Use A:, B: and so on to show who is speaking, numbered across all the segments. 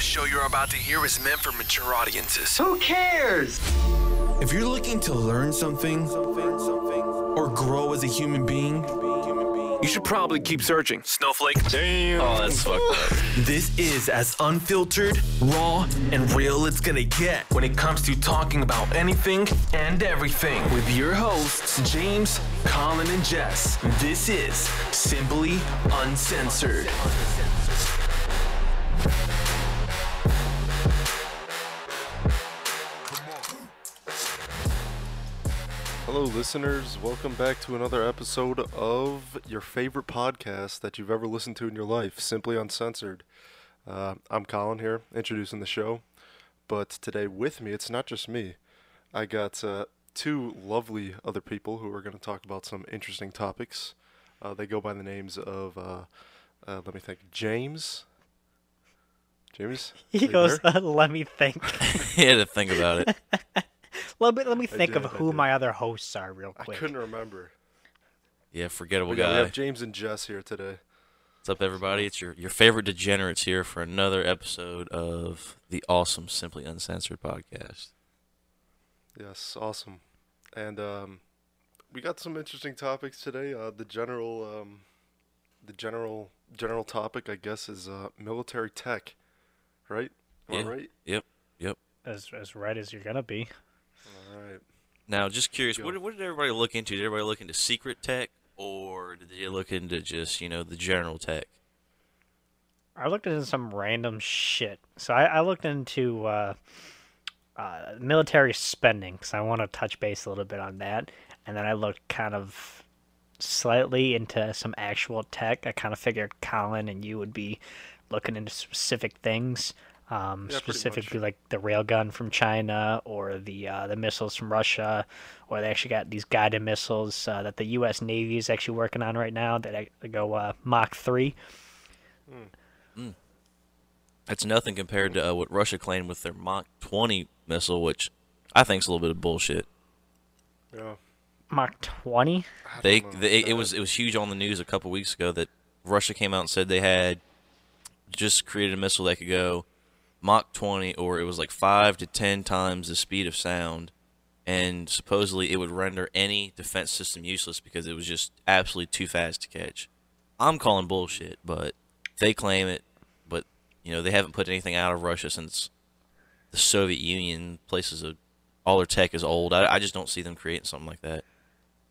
A: show you're about to hear is meant for mature audiences.
B: Who cares?
C: If you're looking to learn something or grow as a human being,
A: You should probably keep searching. Snowflake.
D: Oh, that's fucked up.
C: this is as unfiltered, raw, and real it's gonna get when it comes to talking about anything and everything with your hosts, James, Colin, and Jess. This is Simply Uncensored.
D: Hello, listeners. Welcome back to another episode of your favorite podcast that you've ever listened to in your life, Simply Uncensored. Uh, I'm Colin here, introducing the show. But today, with me, it's not just me. I got uh, two lovely other people who are going to talk about some interesting topics. Uh, they go by the names of, uh, uh, let me think, James. James?
E: He
D: Are you
E: goes,
D: there?
E: let me think.
F: He had to think about it.
E: let me let me think of
D: did, I
E: who
D: did.
E: my other hosts are real
D: I
E: quick.
D: couldn't remember.
F: Yeah, forgettable
D: But yeah, we
F: guy.
D: have James and Jess here today.
F: What's up, everybody? It's your, your favorite degenerates here for another episode of the awesome Simply Uncensored podcast.
D: Yes, awesome. And um, we got some interesting topics today. Uh, the general, um, the general, general topic, I guess, is uh, military tech, right? Am I
F: Yeah.
D: right?
F: Yep, yep.
E: As as red as you're gonna be.
D: All right.
F: Now, just curious, what,
D: Go.
F: did- what did everybody look into? Did everybody look into secret tech, or did they look into just you know the general tech?
E: I looked into some random shit. So I, I looked into uh, uh, military spending because I want to touch base a little bit on that. And then I looked kind of slightly into some actual tech. I kind of figured Colin and you would be looking into specific things, um,
D: Yeah, pretty
E: specifically like the railgun from China or the uh, the missiles from Russia, or they actually got these guided missiles uh, that the U.S. Navy is actually working on right now that I- that go uh, Mach three.
F: That's nothing compared to uh, what Russia claimed with their Mach 20 missile, which I think's a little bit of bullshit.
D: Yeah.
E: Mach 20.
D: I
F: they,
D: don't know.
F: they it was it was huge on the news a couple weeks ago that Russia came out and said they had just created a missile that could go Mach 20 or it was like 5 to 10 times the speed of sound and supposedly it would render any defense system useless because it was just absolutely too fast to catch. I'm calling bullshit, but they claim it, but you know, they haven't put anything out of Russia since the Soviet Union places of all their tech is old. I, I just don't see them creating something like that.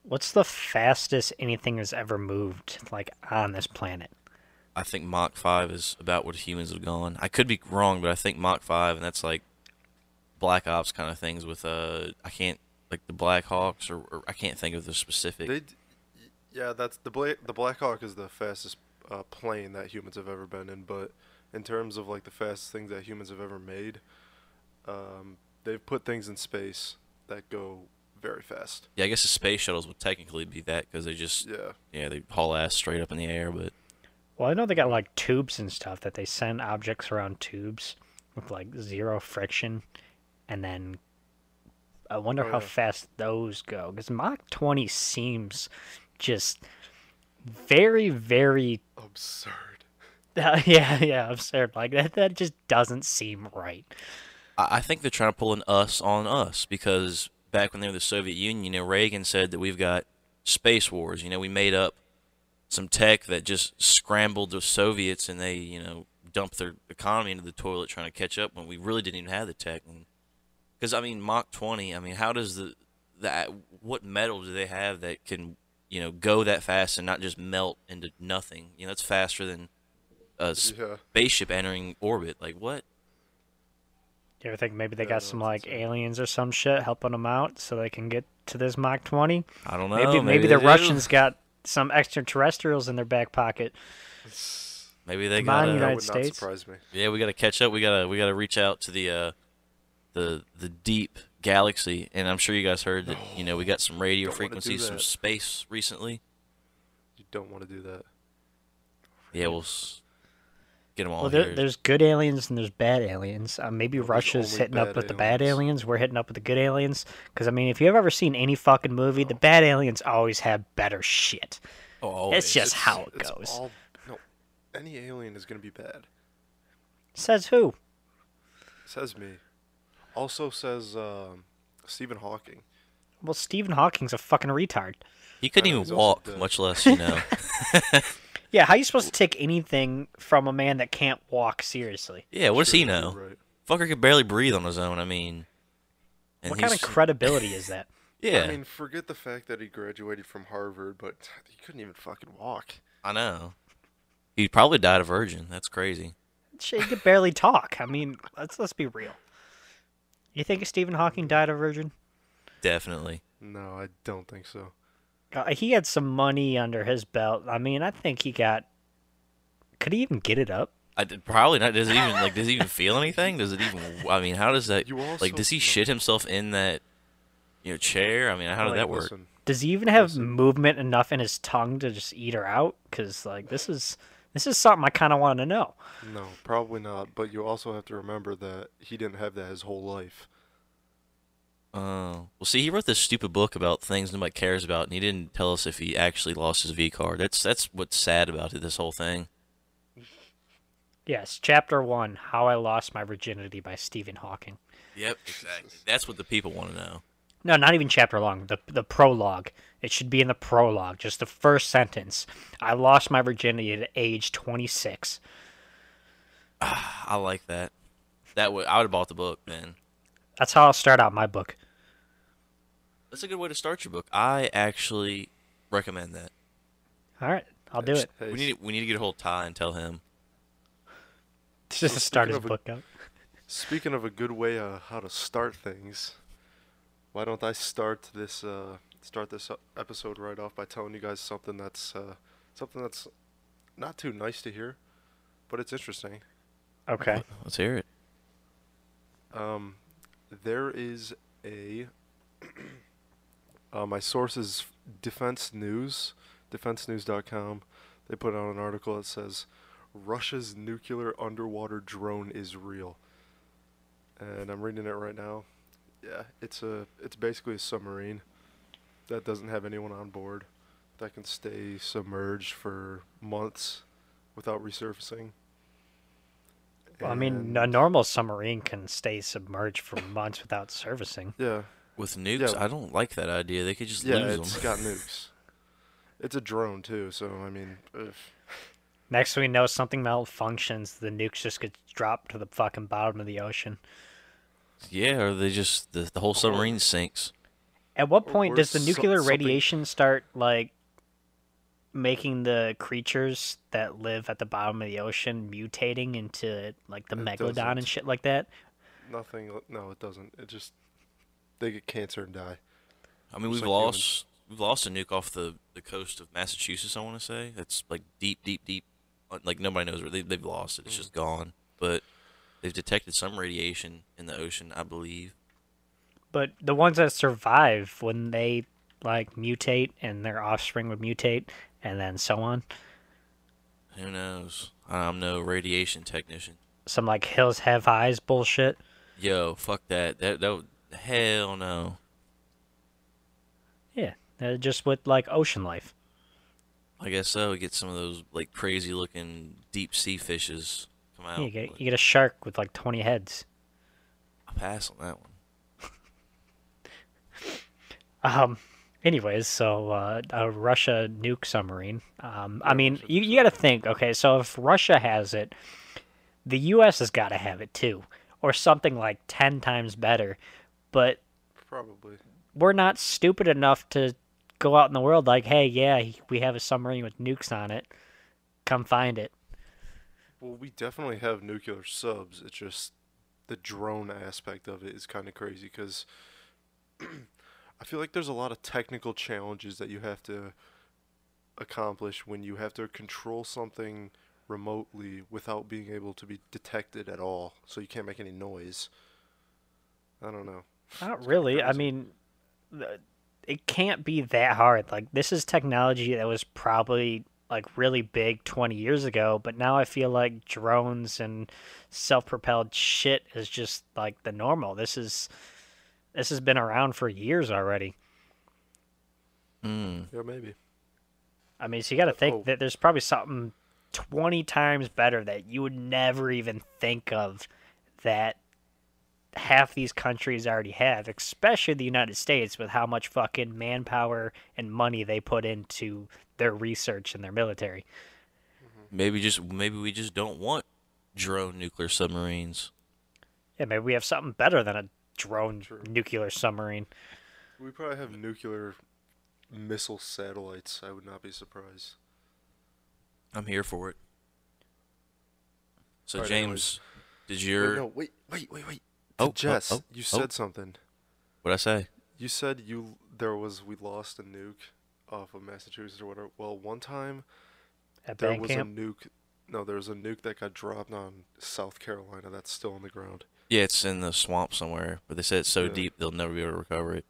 E: What's the fastest anything has ever moved, like on this planet?
F: I think Mach 5 is about what humans have gone. I could be wrong, but I think Mach 5, and that's like Black Ops kind of things with, uh, I can't, like the Black Hawks, or, or I can't think of the specific.
D: They d- y- yeah, that's the Bla- the Black Hawk is the fastest uh, plane that humans have ever been in, but in terms of like the fastest things that humans have ever made, um, they've put things in space that go very fast.
F: yeah, I guess the space shuttles would technically be that because they just, yeah.
D: Yeah.
F: they haul ass straight up in the air, but
E: Well, I know they got like tubes and stuff that they send objects around tubes with like zero friction, and then I wonder how fast those go. Because Mach 20 seems just very, very,
D: Absurd.
E: yeah, yeah, absurd. Like that, that just doesn't seem right.
F: I, I think they're trying to pull an us on us because back when they were the Soviet Union, you know, Reagan said that we've got space wars. You know, we made up some tech that just scrambled the Soviets and they, you know, dumped their economy into the toilet trying to catch up when we really didn't even have the tech. Because I mean, Mach 20. I mean, how does the that what metal do they have that can you know go that fast and not just melt into nothing? You know, that's faster than a
D: Yeah.
F: spaceship entering orbit. Like what?
E: You ever think maybe they got some
D: that's
E: like aliens or some shit helping them out so they can get to this Mach 20?
F: I don't know.
E: Maybe maybe, the
F: they do.
E: Russians got some extraterrestrials in their back pocket.
F: Maybe they
E: Come
F: got.
E: on,
D: That
E: United
D: would not
E: States?
D: surprise me.
F: Yeah, we gotta catch up. We gotta we gotta reach out to the uh, the the deep galaxy, and I'm sure you guys heard that. You know, we got some radio
D: Don't wanna do
F: frequencies from
D: that.
F: space recently.
D: You don't want to do that.
F: Yeah, we'll s- get them all
E: well,
F: here.
E: there, there's good aliens and there's bad aliens. Uh, maybe Russia's
D: only
E: hitting up
D: bad
E: with the bad
D: aliens.
E: aliens. We're hitting up with the good aliens. Because I mean, if you've ever seen any fucking movie, the bad aliens always have better shit.
F: oh,
E: it's
F: always.
E: just how it
D: It's
E: goes.
D: all no. Any alien is gonna be bad.
E: Says who?
D: Says me. Also says um, Stephen Hawking.
E: Well, Stephen Hawking's a fucking retard.
F: He couldn't
D: I know,
F: even
D: he's also
F: walk,
D: dead.
F: much less, you know.
E: Yeah, how you supposed to take anything from a man that can't walk seriously?
F: yeah, what does he
D: Sure, you're
F: know?
D: Right.
F: Fucker could barely breathe on his own. I mean, and
E: What kind of
F: he's-
E: credibility is that?
F: yeah,
D: I mean, forget the fact that he graduated from Harvard, but he couldn't even fucking walk.
F: I know. He probably died a virgin. That's crazy.
E: Shit, he could barely talk. I mean, let's let's be real. You think Stephen Hawking died a virgin?
F: Definitely.
D: No, I don't think so.
E: Uh, he had some money under his belt. I mean, I think he got. Could he even get it up?
F: I did, probably not. Does it even like? Does it even feel anything? Does it even? I mean, how does that?
D: You also-
F: like, does he shit himself in that? You know, chair. I mean, how did
D: Like,
F: that work?
D: listen,
E: Does he even have movement enough in his tongue to just eat her out? Because like this is this is something I kind of want to know.
D: No, probably not. But you also have to remember that he didn't have that his whole life.
F: Oh, well, see, he wrote this stupid book about things nobody cares about, and he didn't tell us if he actually lost his V card. That's that's what's sad about it, this whole thing.
E: Yes, chapter one: How I Lost My Virginity by Stephen Hawking.
F: Yep, exactly. That's what the people want to know.
E: No, not even chapter long. The the prologue. It should be in the prologue, just the first sentence. I lost my virginity at age 26.
F: I like that. That would I would have bought the book then.
E: That's how I'll start out my book.
F: That's a good way to start your book. I actually recommend that.
E: All right, I'll do it.
D: Hey,
F: We need we need to get a hold of Ty and tell him.
E: It's just to start his
D: speaking of
E: book out.
D: speaking of a good way uh, how to start things, why don't I start this uh, start this o- episode right off by telling you guys something that's uh, something that's not too nice to hear, but it's interesting.
E: Okay.
F: Let's hear it.
D: Um, there is a uh, my source is Defense News, defensenews.com. They put out an article that says Russia's nuclear underwater drone is real, and I'm reading it right now. Yeah, it's a it's basically a submarine that doesn't have anyone on board that can stay submerged for months without resurfacing.
E: Well, I mean,
D: And-
E: a normal submarine can stay submerged for months without servicing.
D: yeah,
F: With nukes,
D: Yeah.
F: I don't like that idea. They could just
D: Yeah,
F: lose
D: it's
F: them.
D: got nukes. It's a drone too, so I mean, ugh.
E: Next, we know something malfunctions. The nukes just get dropped to the fucking bottom of the ocean.
F: yeah, or they just the,
D: Oh,
F: the whole submarine sinks.
E: At what point does the
D: worse, so-
E: nuclear
D: something-
E: radiation start like making the creatures that live at the bottom of the ocean mutating into like the megalodon
D: doesn't.
E: and shit like that?
D: nothing. No, it doesn't. It just they get cancer and die.
F: I mean, we've
D: like
F: lost
D: humans.
F: we've lost a nuke off the, the coast of Massachusetts. I want to say that's like deep, deep, deep. uh, Like nobody knows where they they've lost it.
D: Mm.
F: It's just gone. But they've detected some radiation in the ocean, I believe.
E: But the ones that survive when they like mutate and their offspring would mutate and then so on.
F: Who knows? I'm no radiation technician.
E: Some like hills have eyes bullshit.
F: Yo, fuck that. That that would, hell no.
E: Yeah, uh, just with like ocean life.
F: I guess so. Get some of those like crazy looking deep sea fishes come out.
E: Yeah, you, get,
F: but
E: you get a shark with like 20 heads.
F: I'll pass on that one.
E: Um, anyways, so uh, a Russia nuke submarine. Um, I mean, you, you got to think, okay, so if Russia has it, the U.S. has got to have it too, or something like 10 times better. But
D: Probably.
E: we're not stupid enough to go out in the world like, hey, yeah, we have a submarine with nukes on it. Come find it.
D: Well, we definitely have nuclear subs. It's just the drone aspect of it is kind of crazy because I feel like there's a lot of technical challenges that you have to accomplish when you have to control something remotely without being able to be detected at all. So you can't make any noise. I don't know.
E: Not really. I mean, the- it can't be that hard. Like this is technology that was probably like really big 20 years ago, but now I feel like drones and self-propelled shit is just like the normal. This is this has been around for years already.
D: Yeah, maybe.
E: I mean, so you got to think
D: oh.
E: that there's probably something 20 times better that you would never even think of that half these countries already have, especially the United States, with how much fucking manpower and money they put into their research and their military.
F: Maybe just maybe we just don't want drone nuclear submarines.
E: Yeah, maybe we have something better than a drone nuclear submarine.
D: We probably have nuclear missile satellites. I would not be surprised.
F: I'm here for it. So
D: Alright,
F: James,
D: anyways.
F: did
D: Wait,
F: your
D: no, wait, wait, wait, wait.
F: Oh,
D: Oh,
F: oh,
D: Jess,
F: oh,
D: you
F: oh.
D: said something.
F: what I say?
D: You said you there was we lost a nuke off of Massachusetts or whatever. Well, one time
E: At
D: there
E: band
D: was
E: camp.
D: a nuke. No, there was a nuke that got dropped on South Carolina. That's still on the ground.
F: Yeah, it's in the swamp somewhere, but they said it's so
D: Yeah.
F: deep they'll never be able to recover it.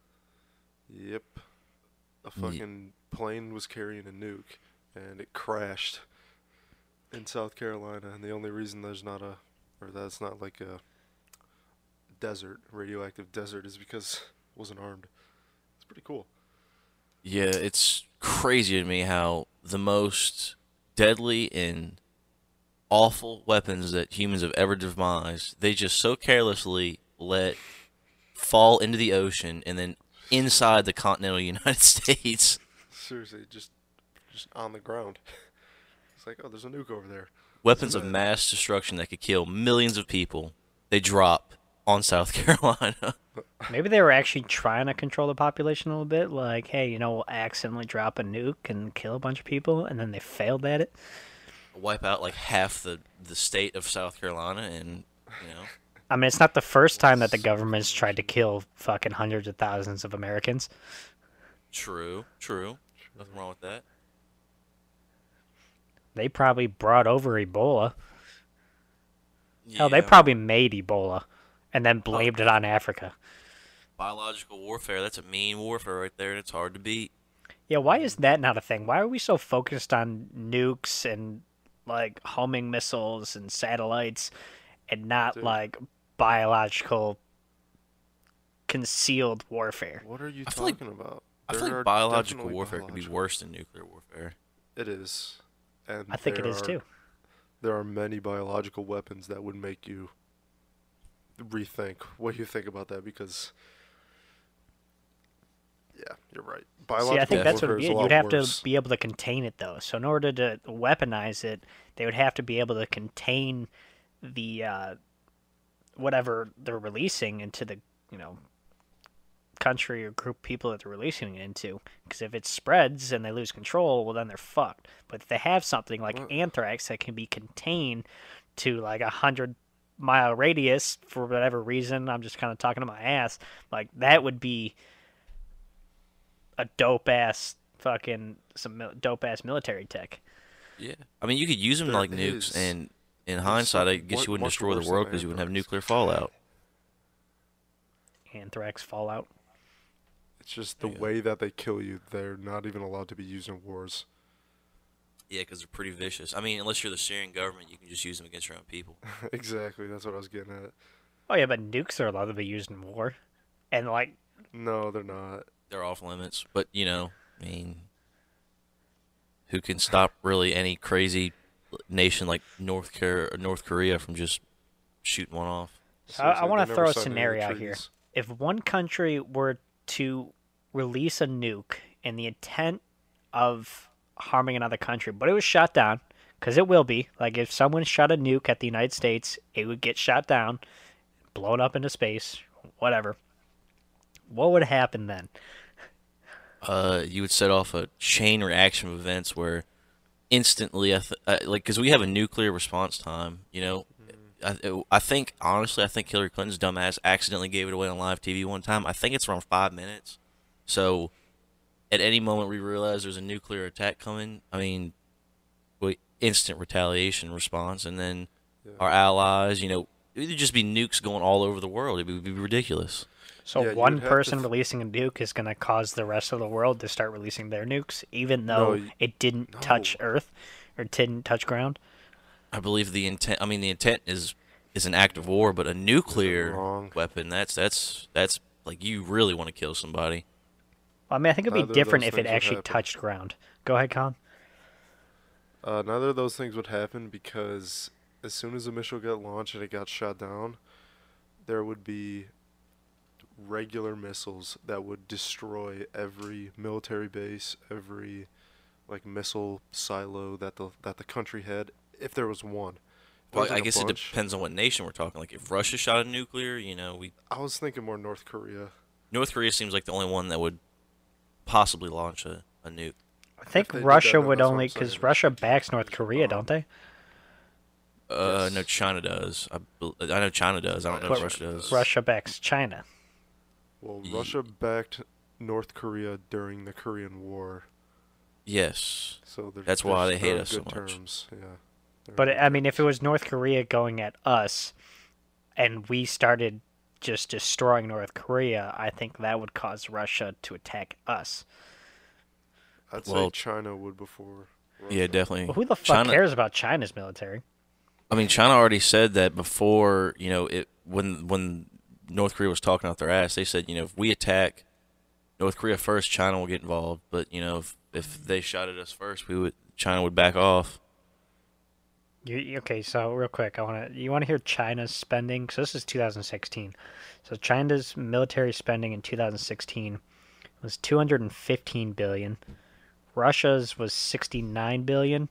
D: Yep. A fucking plane was carrying a nuke and it crashed in South Carolina and the only reason there's not a or that's not like a desert, radioactive desert is because it wasn't armed. It's pretty cool.
F: Yeah, it's crazy to me how the most deadly and awful weapons that humans have ever devised, they just so carelessly let fall into the ocean and then inside the continental United States.
D: Seriously, just just on the ground. It's like, oh, there's a nuke over there.
F: Weapons of mass destruction that could kill millions of people, they drop on South Carolina.
E: Maybe they were actually trying to control the population a little bit. Like, hey, you know, we'll accidentally drop a nuke and kill a bunch of people, and then they failed at it.
F: Wipe out like half the, the state of South Carolina and you know
E: I mean, it's not the first time that the government's tried to kill fucking hundreds of thousands of Americans.
F: True, true. Nothing wrong with that.
E: They probably brought over Ebola. Hell, they
F: Yeah.
E: probably made Ebola and then blamed it on Africa.
F: biological warfare. That's a mean warfare right there, and it's hard to beat.
E: Yeah, why is that not a thing? Why are we so focused on nukes and like homing missiles and satellites and not like biological concealed warfare?
D: What are you
F: I feel like-
D: talking about?
F: I
D: There
F: feel
D: are
F: like biological
D: definitely
F: warfare could be
D: biological-
F: worse than nuclear warfare.
D: It is. And
E: I think it
D: there
E: is
D: are-
E: too.
D: There are many biological weapons that would make you rethink what you think about that because Yeah, you're right. Biological
E: See, I think that's what
D: warfare
E: it'd
D: is
E: be.
D: a lot
E: You'd have
D: worse.
E: to be able to contain it though. So in order to weaponize it, they would have to be able to contain the uh, whatever they're releasing into the you know country or group of people that they're releasing it into. Because if it spreads and they lose control, well then they're fucked. But if they have something like anthrax that can be contained to like a hundred mile radius for whatever reason, I'm just kind of talking to my ass. Like that would be a dope ass fucking some dope ass military tech.
F: Yeah, I mean, you could use them
D: There
F: like nukes,
D: is-
F: and in hindsight, I
D: something
F: guess
D: mu-
F: you wouldn't
D: much
F: destroy the
D: worse than
F: world because you wouldn't have
D: anthrax.
F: nuclear fallout.
E: Anthrax, Fallout.
D: It's just the way that they kill you. They're not even allowed to be used in wars.
F: Yeah, because they're pretty vicious. I mean, unless you're the Syrian government, you can just use them against your own people.
D: exactly, that's what I was getting at.
E: Oh yeah, but nukes are allowed to be used in war, and like
D: No, they're not.
F: They're off limits, but you know, I mean, who can stop really any crazy nation like North Korea, North Korea from just shooting one off?
E: I, I
D: Seriously,
E: want
D: they
E: to
D: never
E: throw a
D: signed any
E: scenario out here.
D: treaties.
E: If one country were to release a nuke in the intent of harming another country, but it was shot down, because it will be. Like if someone shot a nuke at the United States, it would get shot down, blown up into space, whatever. What would happen then?
F: uh, you would set off a chain reaction of events where instantly, I th- uh, like, because we have a nuclear response time, you know. I, I think honestly, I think Hillary Clinton's dumbass accidentally gave it away on live TV one time. I think it's around five minutes. So, at any moment we realize there's a nuclear attack coming, I mean, we instant retaliation response, and then our allies, you know, it'd just be nukes going all over the world. It would be ridiculous.
E: So
D: Yeah, you
E: one
D: would have to
E: person
D: th-
E: releasing a nuke is going to cause the rest of the world to start releasing their nukes, even though
D: y-
E: it didn't touch Earth or didn't touch ground.
F: I believe the intent. I mean, the intent is is an act of war, but a nuclear
D: wrong?
F: weapon. That's that's that's like you really want to kill somebody.
E: I mean, I think it'd be
D: Neither of
E: different
D: those
E: if it
D: things would
E: actually
D: happen.
E: touched ground. Go ahead, Con.
D: Uh, neither of those things would happen because as soon as the missile got launched and it got shot down, there would be regular missiles that would destroy every military base, every like missile silo that the that the country had if there was one. If there
F: Well,
D: was,
F: I
D: like, a
F: guess it
D: bunch-
F: depends on what nation we're talking. Like if Russia shot a nuclear, you know, we
D: I was thinking more North Korea.
F: North Korea seems like the only one that would possibly launch a, a nuke.
E: I think
D: they did that,
E: Russia
D: then
E: would
D: that's what
E: only
D: I'm saying.
E: because Russia backs North Korea, don't they?
F: Uh,
D: Yes.
F: no, China does. I, bel- I know China does. I don't know
E: But
F: if Russia does.
E: Russia backs China.
D: Well,
F: Ye-
D: Russia backed North Korea during the Korean War,
F: Yes.
D: so they're,
F: That's
D: they're
F: why
D: s-
F: they hate
D: they're on
F: us so
D: good
F: much.
D: Terms. Yeah. They're on
E: But
D: good
E: I mean, if it
D: terms.
E: was North Korea going at us, and we started just destroying North Korea, I think that would cause Russia to attack us.
D: I'd say
F: Well-
D: China would before.
F: Yeah, definitely.
E: Well, who the fuck
F: China,
E: cares about China's military?
F: I mean, China already said that before. You know, it when when North Korea was talking out their ass, they said, you know, if we attack North Korea first, China will get involved. But you know, if if they shot at us first, we would China would back off.
E: You, you- okay, so real quick, I want to you want to hear China's spending because this is 2016. So China's military spending in 2016 was 215 billion. Russia's was 69 billion.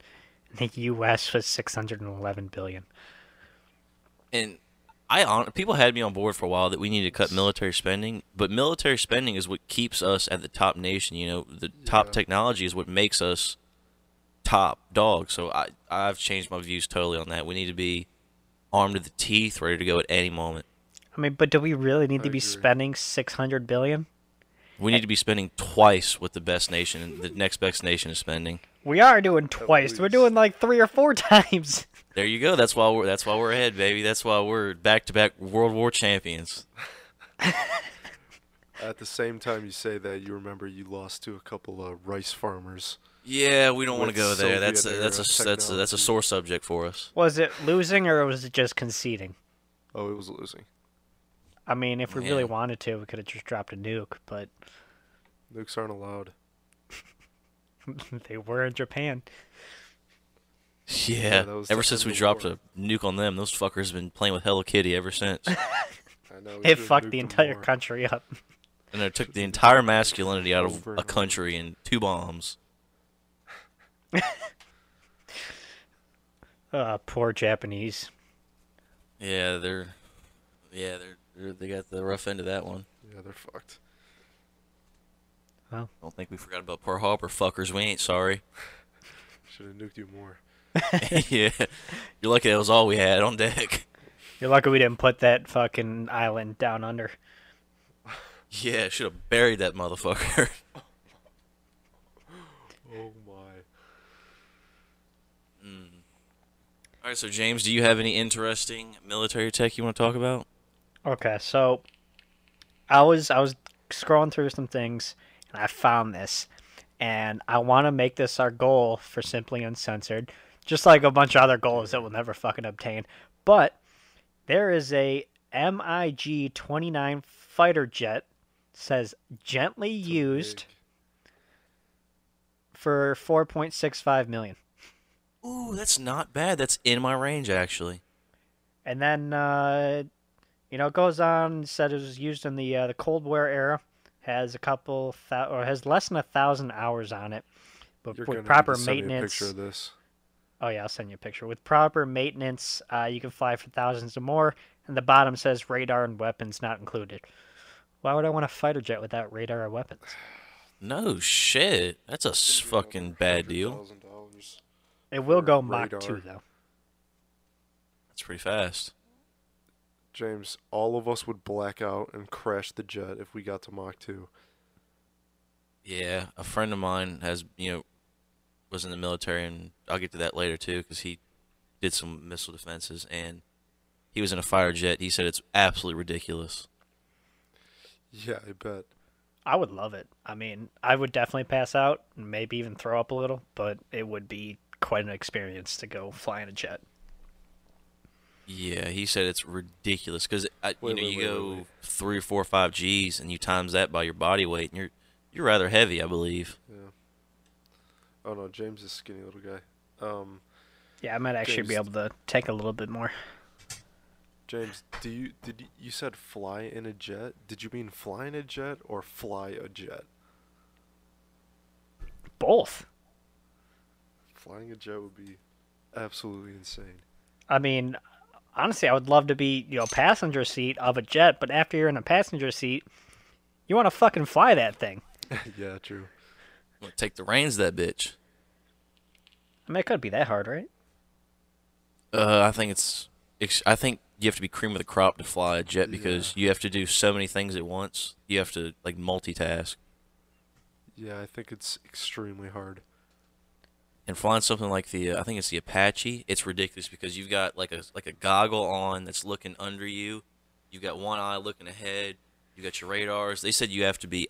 E: And the U.S. was 611 billion.
F: And I hon- people had me on board for a while that we need to cut military spending, but military spending is what keeps us at the top nation. You know, the top technology is what makes us top dog. So I I've changed my views totally on that. We need to be armed to the teeth, ready to go at any moment.
E: I mean, but do we really need to
D: agree.
E: be spending 600 billion?
F: We need to be spending twice what the best nation, the next best nation is spending.
E: We are doing twice. We're
D: least.
E: doing like three or four times.
F: There you go. That's why we're that's why we're ahead, baby. That's why we're back to back World War champions.
D: At the same time, you say that you remember you lost to a couple of rice farmers.
F: Yeah, we don't want to
D: With
F: go there. That's a,
D: Soviet
F: that's a
D: era
F: that's a, that's a
D: technology.
F: sore subject for us.
E: Was it losing or was it just conceding?
D: Oh, it was losing.
E: I mean, if we really
F: Yeah.
E: wanted to, we could have just dropped a nuke, but
D: Nukes aren't allowed.
E: they were in Japan.
F: Yeah.
D: that was
F: ever
D: the
F: since
D: end
F: we
D: of the
F: dropped
D: war.
F: a nuke on them, those fuckers have been playing with Hello Kitty ever since.
D: I know. we
E: It
D: should've
E: fucked the
D: nuked 'em
E: entire
D: more.
E: country up.
F: and it took the entire masculinity out of
D: Over and
F: a
D: over.
F: country in two bombs.
E: Uh, poor Japanese.
F: Yeah, they're yeah, they're, they're they got the rough end of that one.
D: Yeah, they're fucked.
F: I don't think we forgot about Pearl Harbor fuckers. We ain't sorry.
D: Should have nuked you more.
F: yeah. You're lucky that was all we had on deck.
E: You're lucky we didn't put that fucking island down under.
F: Yeah, should have buried that motherfucker.
D: Oh my.
F: Mm. all right, so James, do you have any interesting military tech you want to talk about?
E: Okay, so I was I was scrolling through some things and I found this, and I want to make this our goal for Simply Uncensored, just like a bunch of other goals that we'll never fucking obtain. But there is a MiG 29 fighter jet says gently used for 4.65 million.
F: Ooh, that's not bad. That's in my range actually.
E: And then, uh, you know, it goes on. Said it was used in the uh, the Cold War era. Has a couple thou- or has less than a thousand hours on it, but
D: You're gonna
E: with
D: need to
E: proper
D: send me a
E: maintenance.
D: picture of this.
E: Oh yeah, I'll send you a picture. With proper maintenance, uh, you can fly for thousands or more. And the bottom says radar and weapons not included. Why would I want a fighter jet without radar or weapons?
F: No shit. That's a s- fucking bad deal.
D: $100,000.
E: It will go
D: For
E: Mach two
D: radar.
E: though.
F: That's pretty fast.
D: James, all of us would black out and crash the jet if we got to Mach 2.
F: Yeah, a friend of mine has, you know, was in the military, and I'll get to that later too, because he did some missile defenses, and he was in a fighter jet. He said it's absolutely ridiculous.
D: Yeah, I bet.
E: I would love it. I mean, I would definitely pass out, and maybe even throw up a little, but it would be quite an experience to go fly in a jet.
F: Yeah, he said it's ridiculous because you
D: Wait,
F: know
D: wait,
F: you
D: wait, wait,
F: go
D: wait.
F: three or four or five G's, and you times that by your body weight, and you're you're rather heavy, I believe.
D: Oh no, James is a skinny little guy. Um,
E: Yeah, I might actually be
D: James-
E: able to take a little bit more.
D: James, do you did you, you said fly in a jet? Did you mean fly in a jet or fly a jet?
E: Both.
D: Flying a jet would be absolutely insane.
E: I mean, honestly, I would love to be you know passenger seat of a jet, but after you're in a passenger seat, you want to fucking fly that thing.
D: yeah, true.
F: I'm gonna take the reins of that bitch.
E: I mean, it could be that hard, right?
F: Uh, I think it's. ex- I think you have to be cream of the crop to fly a jet because you have to do so many things at once. You have to like multitask.
D: Yeah, I think it's extremely hard.
F: and flying something like the uh, I think it's the Apache, it's ridiculous because you've got like a like a goggle on that's looking under you. You've got one eye looking ahead. You got your radars. They said you have to be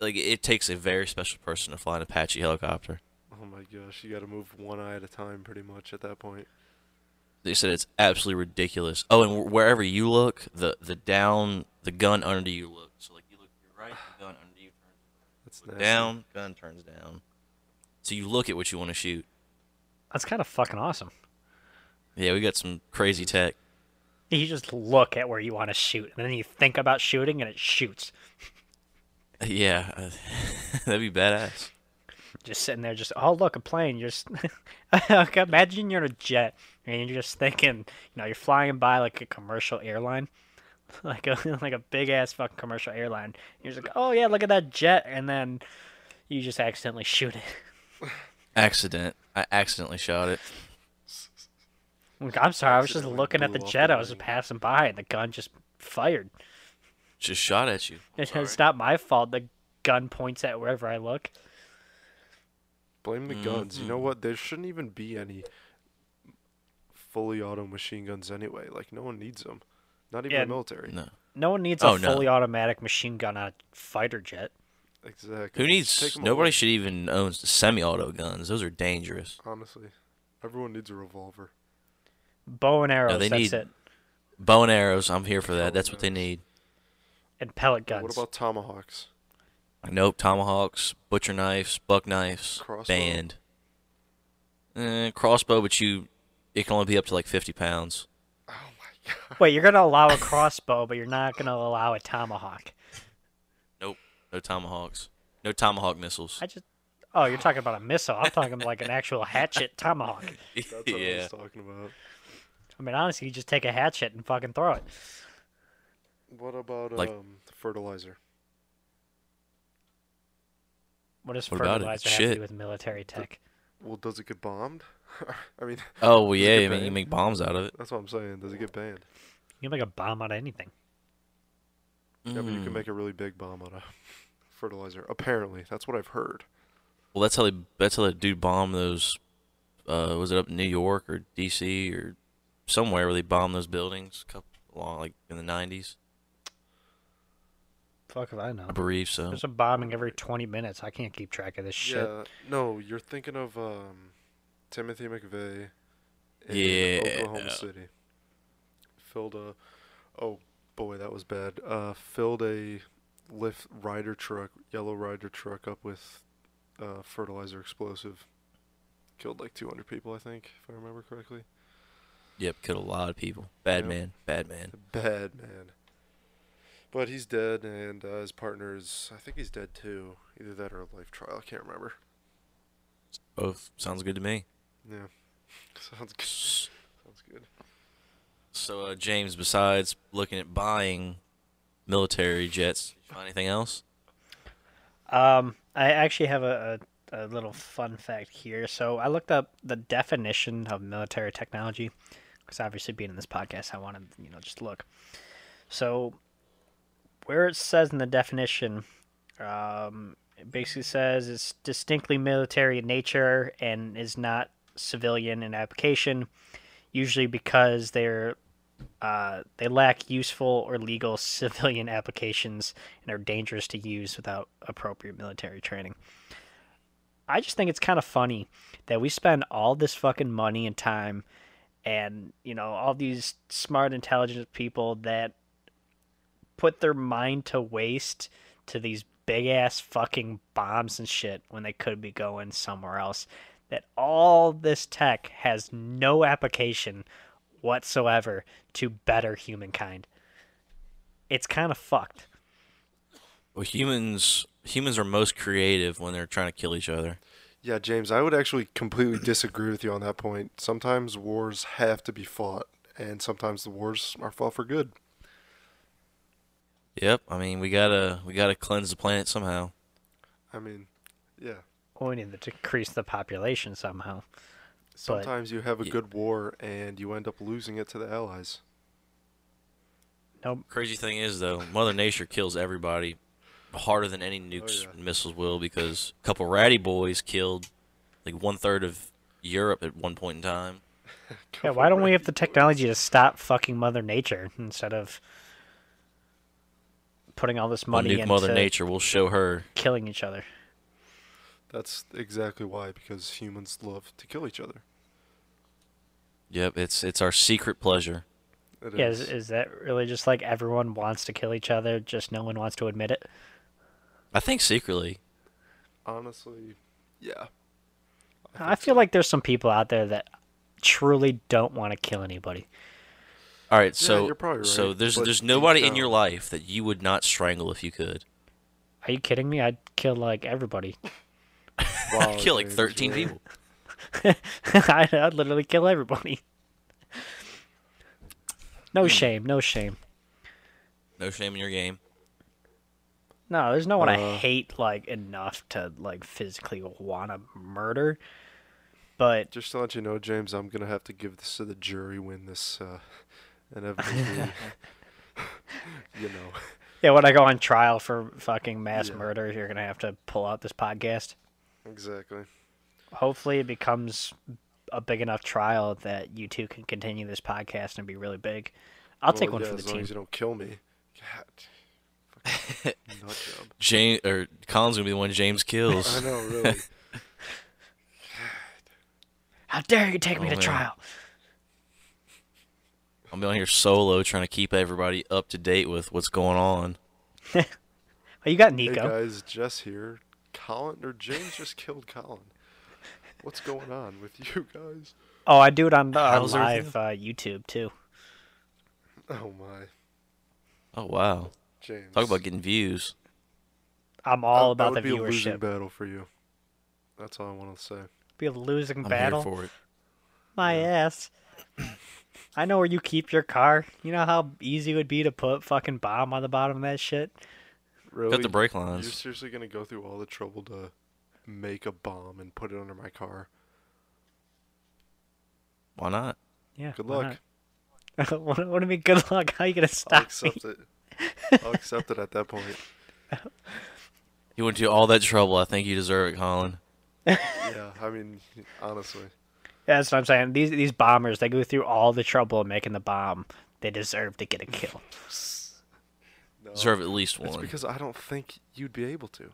F: like it takes a very special person to fly an Apache helicopter.
D: Oh my gosh, you got to move one eye at a time pretty much at that point.
F: They said it's absolutely ridiculous. Oh, and wh- wherever you look, the the down the gun under you look. So like you look to your right, the gun under you turns
D: That's nasty.
F: down, gun turns down. So you look at what you want to shoot.
E: That's kind of fucking awesome.
F: Yeah, we got some crazy tech.
E: You just look at where you want to shoot, and then you think about shooting, and it shoots.
F: Yeah, uh, that'd be badass.
E: Just sitting there, just oh look, a plane. You're just Okay, imagine you're in a jet, and you're just thinking, you know, you're flying by like a commercial airline, like a like a big ass fucking commercial airline. You're just like, oh yeah, look at that jet, and then you just accidentally shoot it.
F: Accident. I accidentally shot it.
E: Like, I'm sorry, I was just
D: Accidentally
E: looking at the
D: blew up
E: jet.
D: the
E: I was
D: thing.
E: passing by, and the gun just fired.
F: Just shot at you.
E: It's not my fault. The gun points at wherever I look.
D: Blame the guns. You know
F: Mm-hmm.
D: what? There shouldn't even be any fully auto machine guns anyway. Like no one needs them. Not even
E: Yeah.
D: the military.
F: No.
E: No one needs a
F: Oh, no.
E: fully automatic machine gun on a fighter jet.
D: Exactly. Take
F: Who needs?
D: 'em
F: Nobody
D: away,
F: should even own semi-auto guns. Those are dangerous.
D: Honestly, everyone needs a revolver.
E: Bow and arrows,
F: they
E: that's
F: need
E: it.
F: Bow and arrows. I'm here for that. That's what they
D: Arrows.
F: need.
E: And
D: But
E: pellet guns.
D: What about tomahawks?
F: Nope. Tomahawks, butcher knives, buck knives,
D: Crossbow.
F: banned. Eh, crossbow, but you, it can only be up to like 50 pounds.
E: Wait, you're gonna allow a crossbow, but you're not gonna allow a tomahawk.
F: Nope. No tomahawks. No tomahawk missiles.
E: I just Oh, you're talking about a missile. I'm talking about like an actual hatchet tomahawk.
D: That's what I
F: yeah.
D: was talking about.
E: I mean honestly you just take a hatchet and fucking throw it.
D: What about
F: Like-
D: um, fertilizer?
E: What does
F: What about it?
E: fertilizer have to
F: Shit.
E: do with military tech?
D: Well, does it get bombed? I mean,
F: Oh well, yeah.
D: get
F: I mean, you
D: banned?
F: make bombs out of it.
D: that's what I'm saying. Does it get banned?
E: You can make a bomb out of anything.
D: Yeah, but
F: Mm.
D: you can make a really big bomb out of fertilizer. Apparently, that's what I've heard.
F: Well, that's how they. That's how that dude bombed those. Uh, was it up in New York or D.C. or somewhere where they bombed those buildings? A couple long, like in the '90s.
E: Fuck if I know.
F: I believe so.
E: There's a bombing every twenty minutes. I can't keep track of this shit.
D: Yeah. No, you're thinking of um, Timothy McVeigh in
F: Yeah.
D: Oklahoma City. Filled a. Oh boy, that was bad. Uh, filled a lift rider truck, yellow rider truck, up with uh, fertilizer explosive. Killed like 200 people, I think, if I remember correctly.
F: Yep, killed a lot of people. Bad
D: Yep.
F: man. Bad man.
D: Bad man. But he's dead, and uh, his partner's. I think he's dead too. Either that or a life trial. I can't remember.
F: Both sounds good to me.
D: Yeah. Sounds good. Sounds good.
F: So, uh, James, besides looking at buying military jets, did you find anything else?
E: Um, I actually have a, a, a little fun fact here. So I looked up the definition of military technology, because obviously being in this podcast, I want to you know just look. So where it says in the definition, um, it basically says it's distinctly military in nature and is not civilian in application, usually because they're uh, they lack useful or legal civilian applications and are dangerous to use without appropriate military training. I just think it's kind of funny that we spend all this fucking money and time and, you know, all these smart, intelligent people that put their mind to waste to these big ass fucking bombs and shit when they could be going somewhere else. That all this tech has no application whatsoever to better humankind. It's kind of fucked.
F: Well, humans humans are most creative when they're trying to kill each other.
D: Yeah, James, I would actually completely disagree with you on that point. Sometimes wars have to be fought, and sometimes the wars are fought for good.
F: Yep, I mean we gotta we gotta cleanse the planet somehow.
D: I mean, yeah.
E: We need to decrease the population somehow.
D: Sometimes you have a
F: Ye-
D: good war and you end up losing it to the allies.
E: Nope.
F: Crazy thing is though, Mother Nature kills everybody harder than any nukes
D: Oh, yeah.
F: and missiles will because a couple ratty boys killed like one third of Europe at one point in time.
E: Yeah, why don't we have the technology to stop fucking Mother Nature instead of putting all this
F: We'll
E: money
F: nuke
E: into
F: Mother Nature. We'll show her.
E: killing each other?
D: That's exactly why, because humans love to kill each other.
F: Yep, it's it's our secret pleasure.
D: It
E: Yeah, is,
D: is.
E: is that really just like everyone wants to kill each other, just no one wants to admit it?
F: I think secretly.
D: Honestly, yeah.
E: I feel like there's some people out there that truly don't want to kill anybody.
F: All right, so
D: you're probably
F: so
D: right,
F: there's
D: but
F: there's
D: deep
F: nobody in your
D: down-
F: life that you would not strangle if you could.
E: Are you kidding me? I'd kill like everybody.
D: Wow,
F: Kill like
D: James,
F: 13
D: you're-
F: people.
E: I'd, I'd literally kill everybody.
D: Hmm.
E: No shame, no shame.
F: No shame in your game.
E: No, there's no one I
D: Uh,
E: hate like enough to like physically want to murder. But
D: Just to let you know, James, I'm gonna have to give this to the jury when this uh, inevitably, you know,
E: yeah, when I go on trial for fucking mass
D: Yeah.
E: murder, you're gonna have to pull out this podcast.
D: exactly.
E: Hopefully, it becomes a big enough trial that you two can continue this podcast and be really big. I'll take
D: Well, Oh,
E: one
D: yeah,
E: for the
D: as long
E: team.
D: as you don't kill me. God, fucking nut job.
F: James or Colin's gonna be the one James
D: I
F: kills.
D: know, really.
E: How dare you take me
F: Oh,
E: to
F: man.
E: trial?
F: I'm be on here solo trying to keep everybody up to date with what's going on.
E: Oh, you got
D: hey
E: Nico.
D: guys, Jess here. Colin or James just killed Colin. What's going on with you guys?
E: Oh, I do it on, on
F: How's everything?
E: live uh, YouTube too.
D: Oh my,
F: Oh wow,
D: James.
F: talk about getting views.
E: I'm all
D: that,
E: about
D: that would
E: the
D: be a losing
E: viewership.
D: battle for you. That's all I want to say.
E: be a losing
F: I'm
E: battle.
F: here for it.
E: My ass. I know where you keep your car. You know how easy it would be to put fucking bomb on the bottom of that shit.
D: Really?
F: the brake
D: You're
F: lines.
D: seriously gonna go through all the trouble to make a bomb and put it under my car?
F: Why not?
E: Yeah.
D: Good
E: why
D: luck.
E: not? what, what do you mean? Good luck. How you gonna
D: I'll
E: stop me?
D: accept it. I'll accept it at that point.
F: You went to all that trouble. I think you deserve it, Colin.
E: Oh,
D: Yeah, I mean, honestly,
E: Yeah, that's what I'm saying. These these bombers, they go through all the trouble of making the bomb. They deserve to get a kill.
D: no.
F: Deserve at least
D: It's
F: one.
D: because I don't think you'd be able to.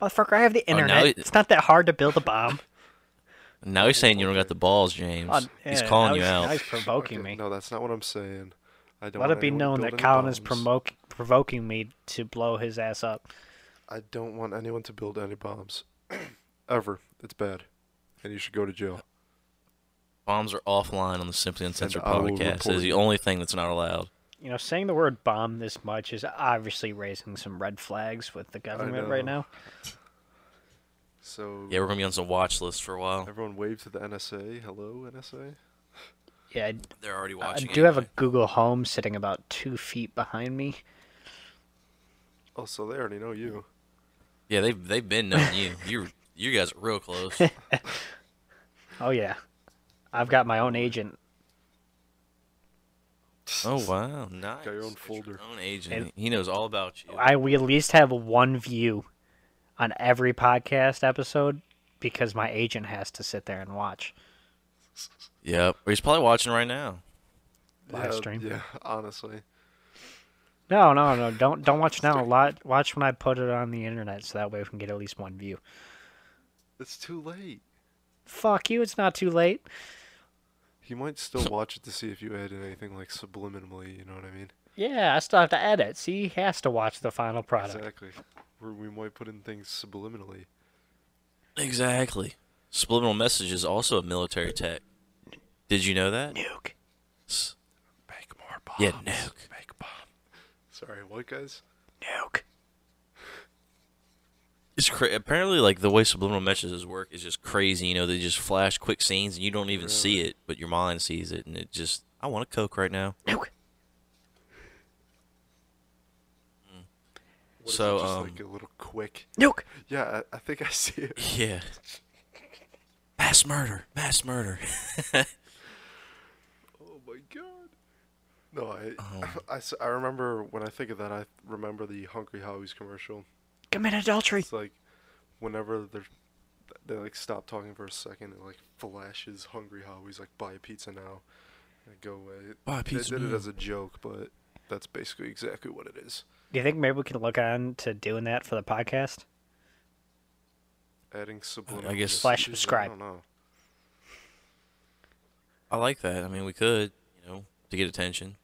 E: Motherfucker, I have the
F: Oh, now
E: internet.
F: it-
E: it's not that hard to build a bomb.
F: now he's saying you don't got the balls, James.
E: Oh,
F: he's
E: yeah,
F: calling
E: now
F: you
E: he's-
F: out.
E: now he's provoking
D: Okay,
E: me.
D: No, that's not what I'm saying. I don't.
E: Let
D: want
E: it be
D: anyone
E: known that
D: building
E: Colin is
D: bombs.
E: promoke, provoking me to blow his ass up.
D: I don't want anyone to build any bombs, ever. It's bad, and you should go to jail.
F: Bombs are offline on the Simply Uncensored
D: I will
F: podcast.
D: report
F: It's the
D: you.
F: only thing that's not allowed.
E: You know, saying the word bomb this much is obviously raising some red flags with the government right
D: know.
E: now.
D: So
F: Yeah, we're gonna be on some watch lists for a while.
D: everyone wave to the NSA. Hello, NSA.
E: Yeah, I,
F: They're already
E: I
F: watching.
E: do have a
F: anyway.
E: Google Home sitting about two feet behind me.
D: Oh, so they already know you.
F: Yeah, they've they've been knowing you. You you guys are real close.
E: Oh yeah, I've got my own agent.
F: oh wow, nice.
D: your own
F: It's
D: folder.
F: own agent. he knows all about you.
E: I we at least have one view on every podcast episode because my agent has to sit there and watch.
F: Yep. He's probably watching right now.
E: Live
D: yeah,
E: stream.
D: Yeah, honestly.
E: No, no, no! Don't don't watch now. Lot watch when I put it on the internet, so that way we can get at least one view.
D: It's too late.
E: Fuck you! It's not too late.
D: He might still watch it to see if you added anything like subliminally, you know what I mean?
E: Yeah, I still have to edit. See, he has to watch the final product.
D: Exactly. Where we might put in things subliminally.
F: Exactly. Subliminal message is also a military tech. Did you know that?
E: Nuke.
D: Make more bombs.
F: Yeah, nuke.
D: Make bomb. Sorry, what guys?
E: Nuke.
F: It's cra- apparently like the way subliminal messages work is just crazy. You know, they just flash quick scenes and you don't even see it, but your mind sees it, and it just I want a coke right now.
E: Nuke.
D: What if
F: Mm. So,
D: it's just
F: um,
D: like a little quick.
E: Nuke.
D: Yeah, I, I think I see it.
F: Yeah. Mass murder. Mass murder.
D: Oh my god. No, I,
F: Um.
D: I s- I remember when I think of that, I remember the Hungry Howie's commercial.
E: Commit adultery.
D: It's like whenever they're they like stop talking for a second and like flashes Hungry Howie's like buy a pizza now and go away.
F: Buy a pizza
D: They did
F: now.
D: it as a joke, but that's basically exactly what it is.
E: Do you think maybe we can look on to doing that for the podcast?
D: Adding subliminal.
F: guess-
D: messages,
E: Slash
D: I
E: subscribe.
D: don't know.
F: I like that. I mean, we could, you know, to get attention.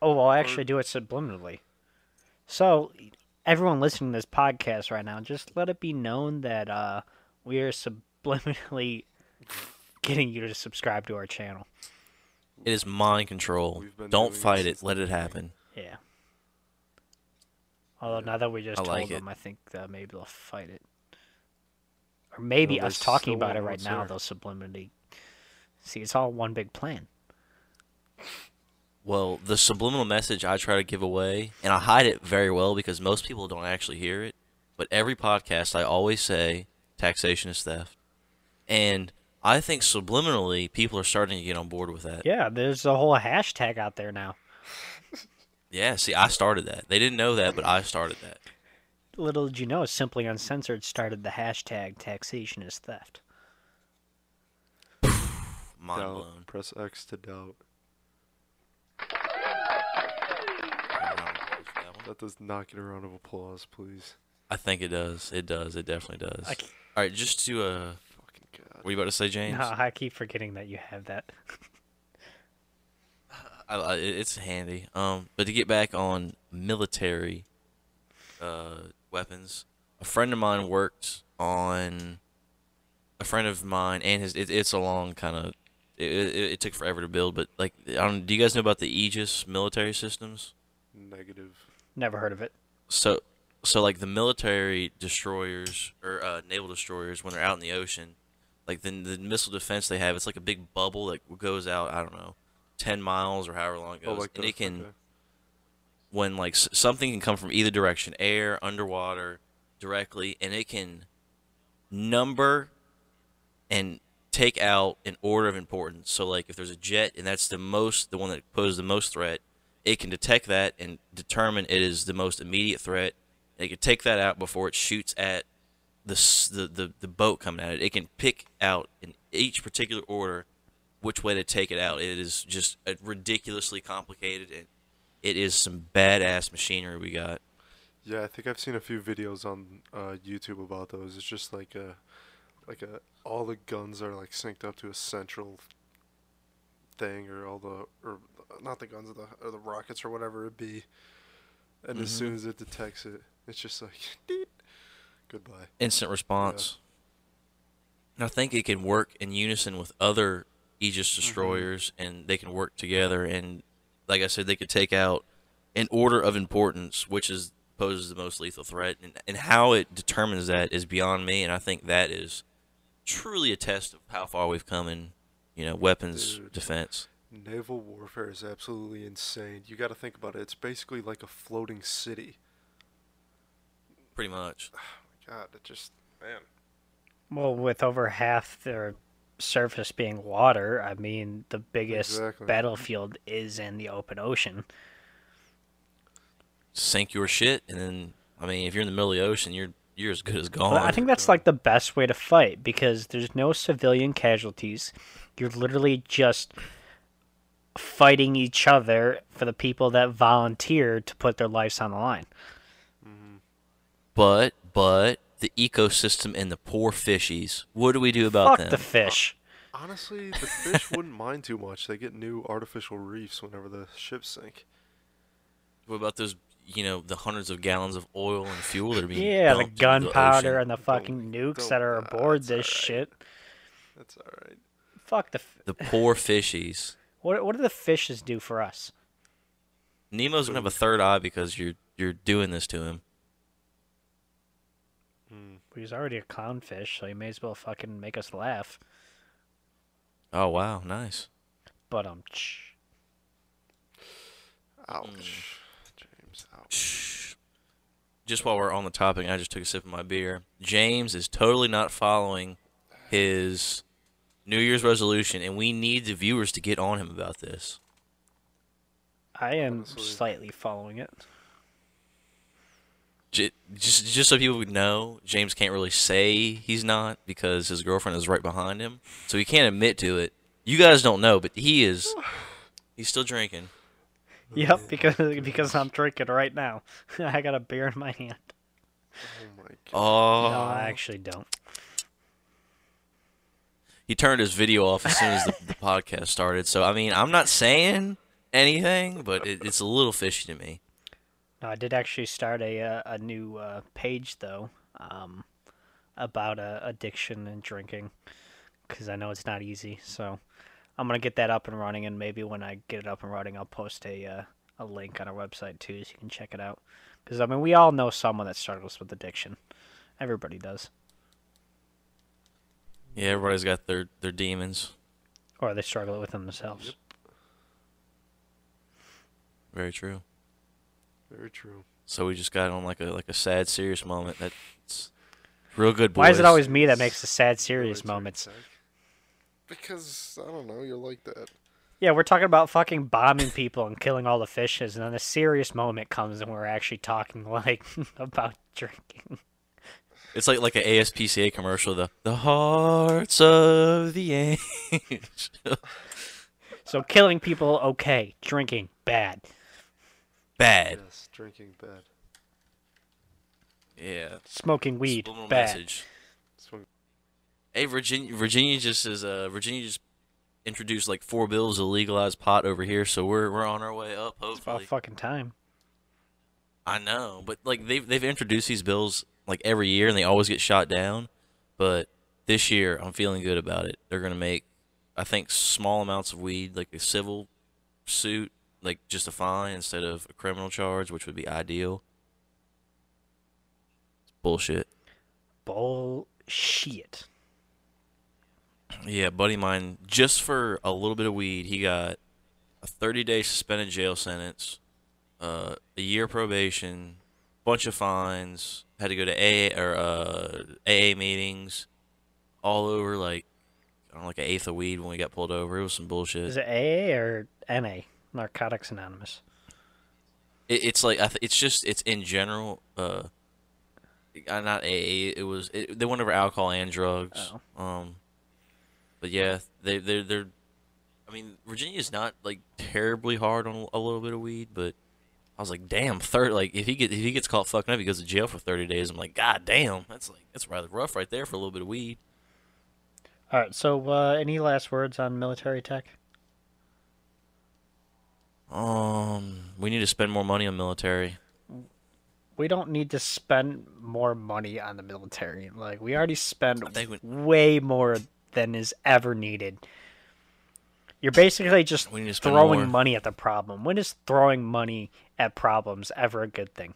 E: Oh, well, I actually do it subliminally. So, everyone listening to this podcast right now, just let it be known that uh, we are subliminally getting you to subscribe to our channel.
F: It is mind control.
D: We've been
F: Don't
D: doing it
F: fight
D: since
F: it. Let it happen.
E: Yeah. Although now that we just
F: I
E: told
F: like it.
E: them, I think uh, maybe they'll fight it. Or maybe
D: No, they
E: us
D: still
E: talking about
D: won't
E: it right
D: answer.
E: now, they'll subliminally. See, it's all one big plan.
F: Well, the subliminal message I try to give away, and I hide it very well because most people don't actually hear it. But every podcast, I always say taxation is theft, and I think subliminally people are starting to get on board with that.
E: Yeah, there's a whole hashtag out there now.
F: Yeah. See, I started that. They didn't know that, but I started that.
E: Little did you know, Simply Uncensored started the hashtag taxation is theft.
F: Mind
D: Doubt.
F: blown.
D: Press X to doubt. That does not get a round of applause, please.
F: I think it does. It does. It definitely does.
E: I c-
F: All right, just to uh,
D: Fucking god.
F: were you about to say, James?
E: No, I keep forgetting that you have that.
F: I, I, it- it's handy. Um, but to get back on military uh, weapons, a friend of mine worked on a friend of mine and his. It, it's a long kind of. It, it, it took forever to build, but like, I don't. Do you guys know about the Aegis military systems?
D: Negative.
E: Never heard of it.
F: So, so like the military destroyers or uh, naval destroyers when they're out in the ocean, like the the missile defense they have, it's like a big bubble that goes out. I don't know, ten miles or however long it
D: Oh,
F: goes,
D: like
F: and
D: those,
F: it can
D: okay.
F: when like s- something can come from either direction air underwater directly and it can number and take out an order of importance so like if there's a jet and that's the most the one that poses the most threat it can detect that and determine it is the most immediate threat it can take that out before it shoots at the, s- the the the boat coming at it it can pick out in each particular order which way to take it out it is just uh, ridiculously complicated and it is some badass machinery we got.
D: Yeah, I think I've seen a few videos on uh, YouTube about those. It's just like a, like a, all the guns are like synced up to a central thing, or all the, or not the guns, or the, or the rockets, or whatever it be. And as soon as it detects it, it's just like, "Deet." goodbye.
F: Instant response. And I think it can work in unison with other Aegis destroyers and they can work together and like I said, they could take out an order of importance, which is poses the most lethal threat and, and how it determines that is beyond me and I think that is truly a test of how far we've come in, you know, weapons
D: Dude.
F: defense.
D: Naval warfare is absolutely insane. You got to think about it. It's basically like a floating city.
F: Pretty much.
D: God, it just, man.
E: Well, with over half their surface being water, I mean, the biggest
D: Exactly.
E: battlefield is in the open ocean.
F: Sink your shit and then I mean if you're in the middle of the ocean you're you're as good as gone.
E: But I think that's like the best way to fight because there's no civilian casualties. You're literally just fighting each other for the people that volunteer to put their lives on the line.
F: But but the ecosystem and the poor fishies. What do we do about
E: Fuck
F: them?
E: the fish.
D: Honestly, the fish wouldn't mind too much. They get new artificial reefs whenever the ships sink.
F: what about those? You know, the hundreds of gallons of oil and fuel that are being
E: Yeah, the
F: dumped into ocean?
E: gunpowder and the fucking
D: Don't-
E: nukes
D: don't-
E: that are
D: nah,
E: aboard
D: it's
E: this
D: alright.
E: shit.
D: That's all right.
E: Fuck the. f-
F: The poor fishies.
E: What what do the fishes do for us?
F: Nemo's gonna have a third eye because you're you're doing this to him.
E: He's already a clownfish, so he may as well fucking make us laugh.
F: Oh wow, nice.
E: But um, tch.
D: Ouch.
F: Mm.
D: James, ouch.
F: Shh. Just while we're on the topic, I just took a sip of my beer. James is totally not following his New Year's resolution, and we need the viewers to get on him about this.
E: I am slightly following it.
F: J- Just, just so people would know, James can't really say he's not because his girlfriend is right behind him, so he can't admit to it. You guys don't know, but he is. He's still drinking.
E: Yep, because because I'm drinking right now. I got a beer in my hand.
D: Oh my god.
F: Oh,
E: No, I actually don't.
F: he turned his video off as soon as the, the podcast started. So I mean, I'm not saying anything, but it, it's a little fishy to me.
E: No, I did actually start a uh, a new uh, page though, um, about uh, addiction and drinking, because I know it's not easy. So I'm gonna get that up and running, and maybe when I get it up and running, I'll post a uh, a link on our website too, so you can check it out. Because I mean, we all know someone that struggles with addiction. Everybody does,
F: Yeah, everybody's got their their demons.
E: or they struggle with them themselves.
F: Very true.
D: Very true.
F: So we just got on like a like a sad, serious moment. That's real good. Boys.
E: Why is it always me that makes the sad, serious
D: Relates to
E: moments?
D: Zach. Because I don't know, you're like that.
E: Yeah, we're talking about fucking bombing people and killing all the fishes, and then the serious moment comes and we're actually talking like about drinking.
F: It's like like an ASPCA commercial. The the hearts of the angels.
E: So killing people okay, drinking bad.
F: Bad.
D: Yes, drinking bad.
F: Yeah.
E: Smoking weed
F: Subliminal
E: bad.
F: message.
D: Swing-
F: Hey, Virginia, Virginia just is uh, Virginia just introduced like four bills to legalize pot over here, so we're we're on our way up.
E: All
F: Hopefully,
E: fucking time.
F: I know, but like they've they've introduced these bills like every year, and they always get shot down. But this year, I'm feeling good about it. They're gonna make, I think, small amounts of weed, like a civil suit, like just a fine instead of a criminal charge, which would be ideal. Bullshit.
E: Bullshit.
F: Yeah, buddy of mine, just for a little bit of weed, he got a 30 day suspended jail sentence, uh, a year probation, bunch of fines, had to go to AA or uh, AA meetings, all over like I don't know, like an eighth of weed when we got pulled over. It was some bullshit.
E: Is it AA or NA? Narcotics Anonymous.
F: It, it's like I th- it's just it's in general. Uh, uh, not AA. It was it, they went over alcohol and drugs. Um, but yeah, they they are they're. I mean, Virginia's not like terribly hard on a little bit of weed, but I was like, damn, third. Like if he get if he gets caught fucking up, he goes to jail for thirty days. I'm like, god damn, that's like that's rather rough right there for a little bit of weed.
E: All right. So, uh, any last words on military tech?
F: Um, we need to spend more money on military.
E: We don't need to spend more money on the military. Like we already spend
F: think we-
E: way more than is ever needed. You're basically just
F: We need to spend
E: throwing
F: more.
E: money at the problem. When is throwing money at problems ever a good thing?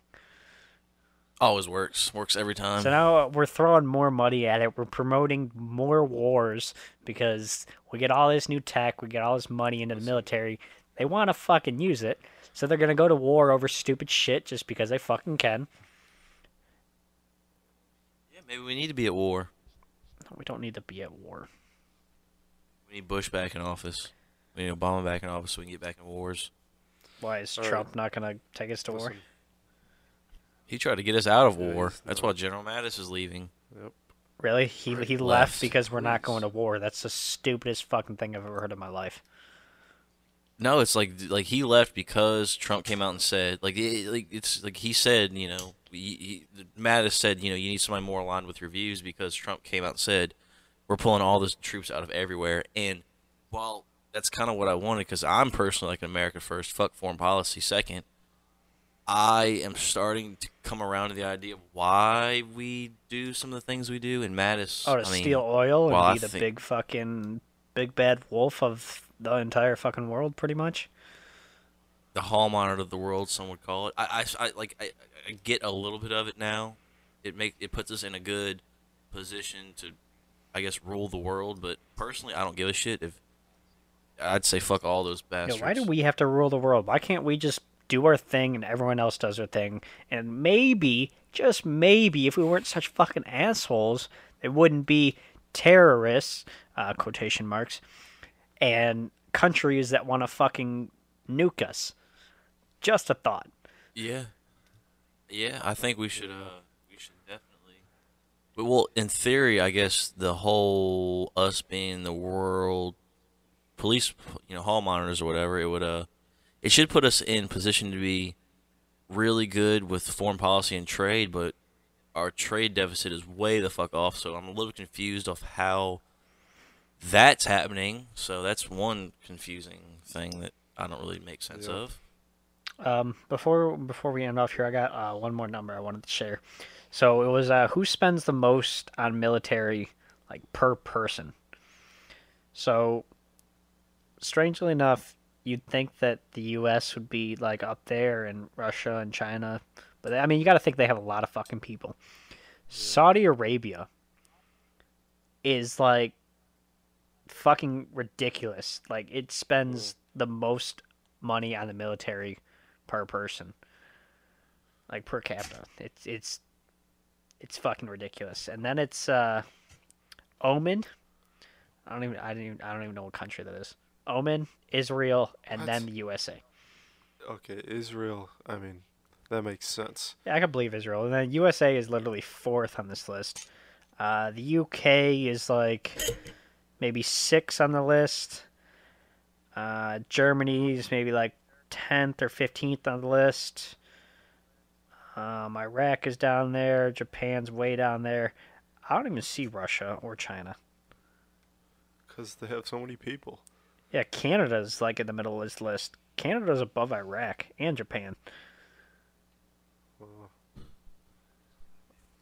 F: Always works, works every time.
E: So now we're throwing more money at it. We're promoting more wars because we get all this new tech, we get all this money into the military. They want to fucking use it, so they're gonna go to war over stupid shit just because they fucking can.
F: yeah, maybe we need to be at war.
E: We don't need to be at war.
F: We need Bush back in office. We need Obama back in office so we can get back in wars.
E: Why is
D: right.
E: Trump not gonna take us to war?
D: Listen,
F: He tried to get us out of war.
D: he's
F: That's why General Mattis is leaving.
D: Yep.
E: Really? He he left,
F: Left,
E: because we're not
D: please.
E: going to war. That's the stupidest fucking thing I've ever heard in my life.
F: No, it's like like he left because Trump came out and said like it, like it's like he said you know he, he, Mattis said you know you need somebody more aligned with your views because Trump came out and said we're pulling all the troops out of everywhere and while that's kind of what I wanted because I'm personally like an America first fuck foreign policy second I am starting to come around to the idea of why we do some of the things we do and Mattis
E: Oh, to
F: I mean,
E: steal oil and
F: well, I
E: be the
F: think-
E: big fucking big bad wolf of the entire fucking world, pretty much.
F: the hall monitor of the world, some would call it. I, I, I like I, I get a little bit of it now. It make it puts us in a good position to, I guess, rule the world. But personally, I don't give a shit if. I'd say fuck all those
E: Yeah,
F: bastards.
E: why do we have to rule the world? Why can't we just do our thing and everyone else does their thing? And maybe, just maybe, if we weren't such fucking assholes, there wouldn't be terrorists, uh, quotation marks, and countries that want to fucking nuke us. Just a thought.
F: Yeah, yeah. I think we should. Uh, we should definitely. But well, in theory, I guess the whole us being the world police, you know, hall monitors or whatever, it would. Uh, it should put us in position to be really good with foreign policy and trade, but our trade deficit is way the fuck off. So I'm a little confused of how that's happening. So that's one confusing thing that I don't really make sense of.
E: Um, before before we end off here, I got uh, one more number I wanted to share. So it was uh, who spends the most on military, like per person. So, strangely enough, you'd think that the U.S. would be like up there, and Russia and China, but I mean, you got to think they have a lot of fucking people. Saudi Arabia is like fucking ridiculous. Like it spends the most money on the military per person, like per capita. It's it's it's fucking ridiculous. And then it's uh, Oman. I don't even I don't even I don't even know what country that is. Oman, Israel, and then
D: What?
E: the USA.
D: Okay, Israel. I mean, that makes sense.
E: Yeah, I can believe Israel. And then USA is literally fourth on this list. Uh, the UK is like maybe six on the list. Uh, Germany is maybe like tenth or fifteenth on the list. Um, Iraq is down there. Japan's way down there. I don't even see Russia or China.
D: Because they have so many people.
E: Yeah, Canada's like in the middle of this list. Canada's above Iraq and Japan.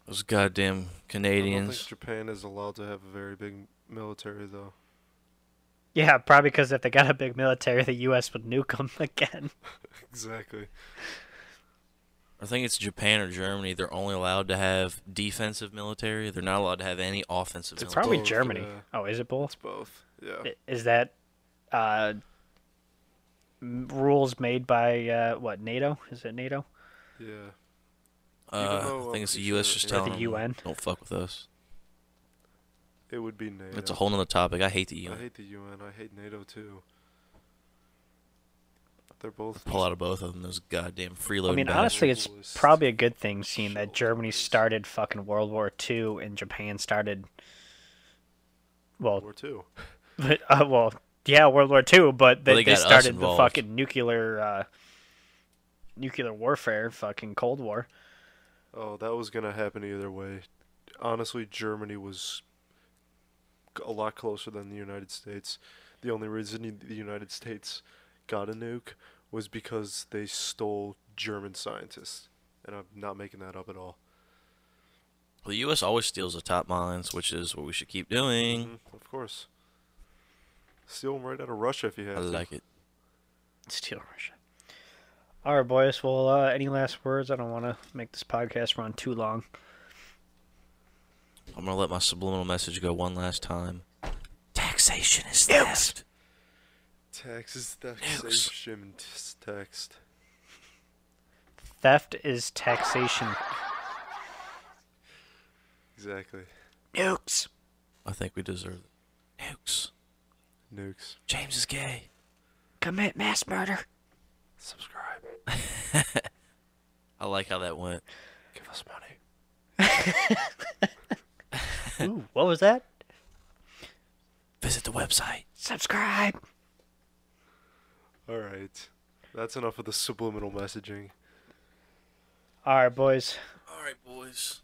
F: Those goddamn
D: I don't think
F: Canadians.
D: Japan is allowed to have a very big military, though.
E: Yeah, probably because if they got a big military, the U.S. would nuke them again.
D: Exactly.
F: I think it's Japan or Germany. They're only allowed to have defensive military. They're not allowed to have any offensive
E: It's
F: military.
E: probably
D: both,
E: Germany.
D: yeah.
E: Oh, is it both?
D: Both. Yeah.
E: I- Is that uh, m- rules made by uh, what NATO? Is it NATO?
D: Yeah.
F: uh,
D: even though
F: I think it's
D: I'm
F: the U.S.
D: sure
F: just
D: it-
F: telling
E: the
F: them,
E: UN.
F: don't fuck with us.
D: It would be NATO.
F: It's a whole nother topic. I hate the
D: I
F: UN.
D: hate the UN. I hate NATO too. They're both.
F: Pull out of both of them. Those goddamn freeloading.
E: I mean,
F: bastards.
E: honestly, it's
D: Globalist.
E: probably a good thing seeing that Germany started fucking World War II and Japan started. Well,
D: War two.
E: but, uh, well, yeah, World War II, but they,
F: they
E: they,
F: got us
E: started the
F: involved.
E: fucking nuclear, uh, nuclear warfare, fucking Cold War.
D: Oh, that was gonna happen either way. Honestly, Germany was c- a lot closer than the United States. The only reason y- the United States got a nuke was because they stole German scientists, and I'm not making that up at all.
F: Well, the U.S. always steals the top minds, which is what we should keep doing.
D: Mm, Of course, steal them right out of Russia if you
F: I
D: have. to.
F: like it.
E: Steel Russia. All right, boys. Well, uh, any last words? I don't want to make this podcast run too long.
F: I'm gonna let my subliminal message go one last time. Taxation is theft.
D: Taxes, taxation, t- text.
E: Theft is taxation.
D: Exactly.
E: Nukes.
F: I think we deserve it. Nukes.
D: Nukes.
F: James is gay.
E: Commit mass murder.
D: Subscribe.
F: I like how that went.
D: Give us money.
E: Ooh, what was that?
F: Visit the website.
E: Subscribe.
D: All right. That's enough of the subliminal messaging.
E: All right, boys.
F: All right, boys.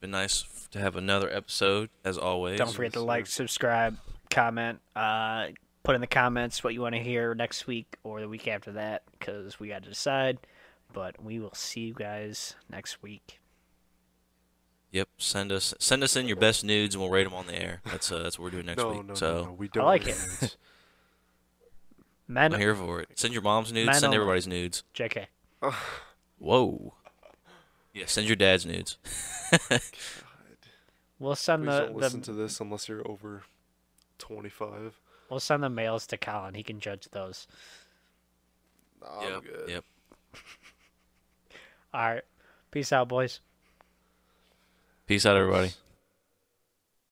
F: Been nice f- to have another episode, as always.
E: Don't forget to like, subscribe, comment. Uh, put in the comments what you want to hear next week or the week after that, because we got to decide. But we will see you guys next week.
F: Yep, send us send us in your best nudes and we'll rate them on the air. That's uh, that's what we're doing next
D: No,
F: week.
D: no,
F: so
D: no, no, we don't.
E: like
D: need
E: it.
D: nudes.
E: Men,
F: I'm here for it. Send your mom's nudes.
E: Man
F: send
E: only.
F: everybody's nudes.
E: JK.
F: Whoa. Yeah, send your dad's nudes.
E: We'll send
D: Please
E: the,
D: don't listen
E: the
D: to this unless you're over 25.
E: we'll send the males to Colin. He can judge those.
D: Nah, I'm
F: yep.
D: good.
F: Yep.
E: All right. Peace out, boys.
F: Peace out, everybody.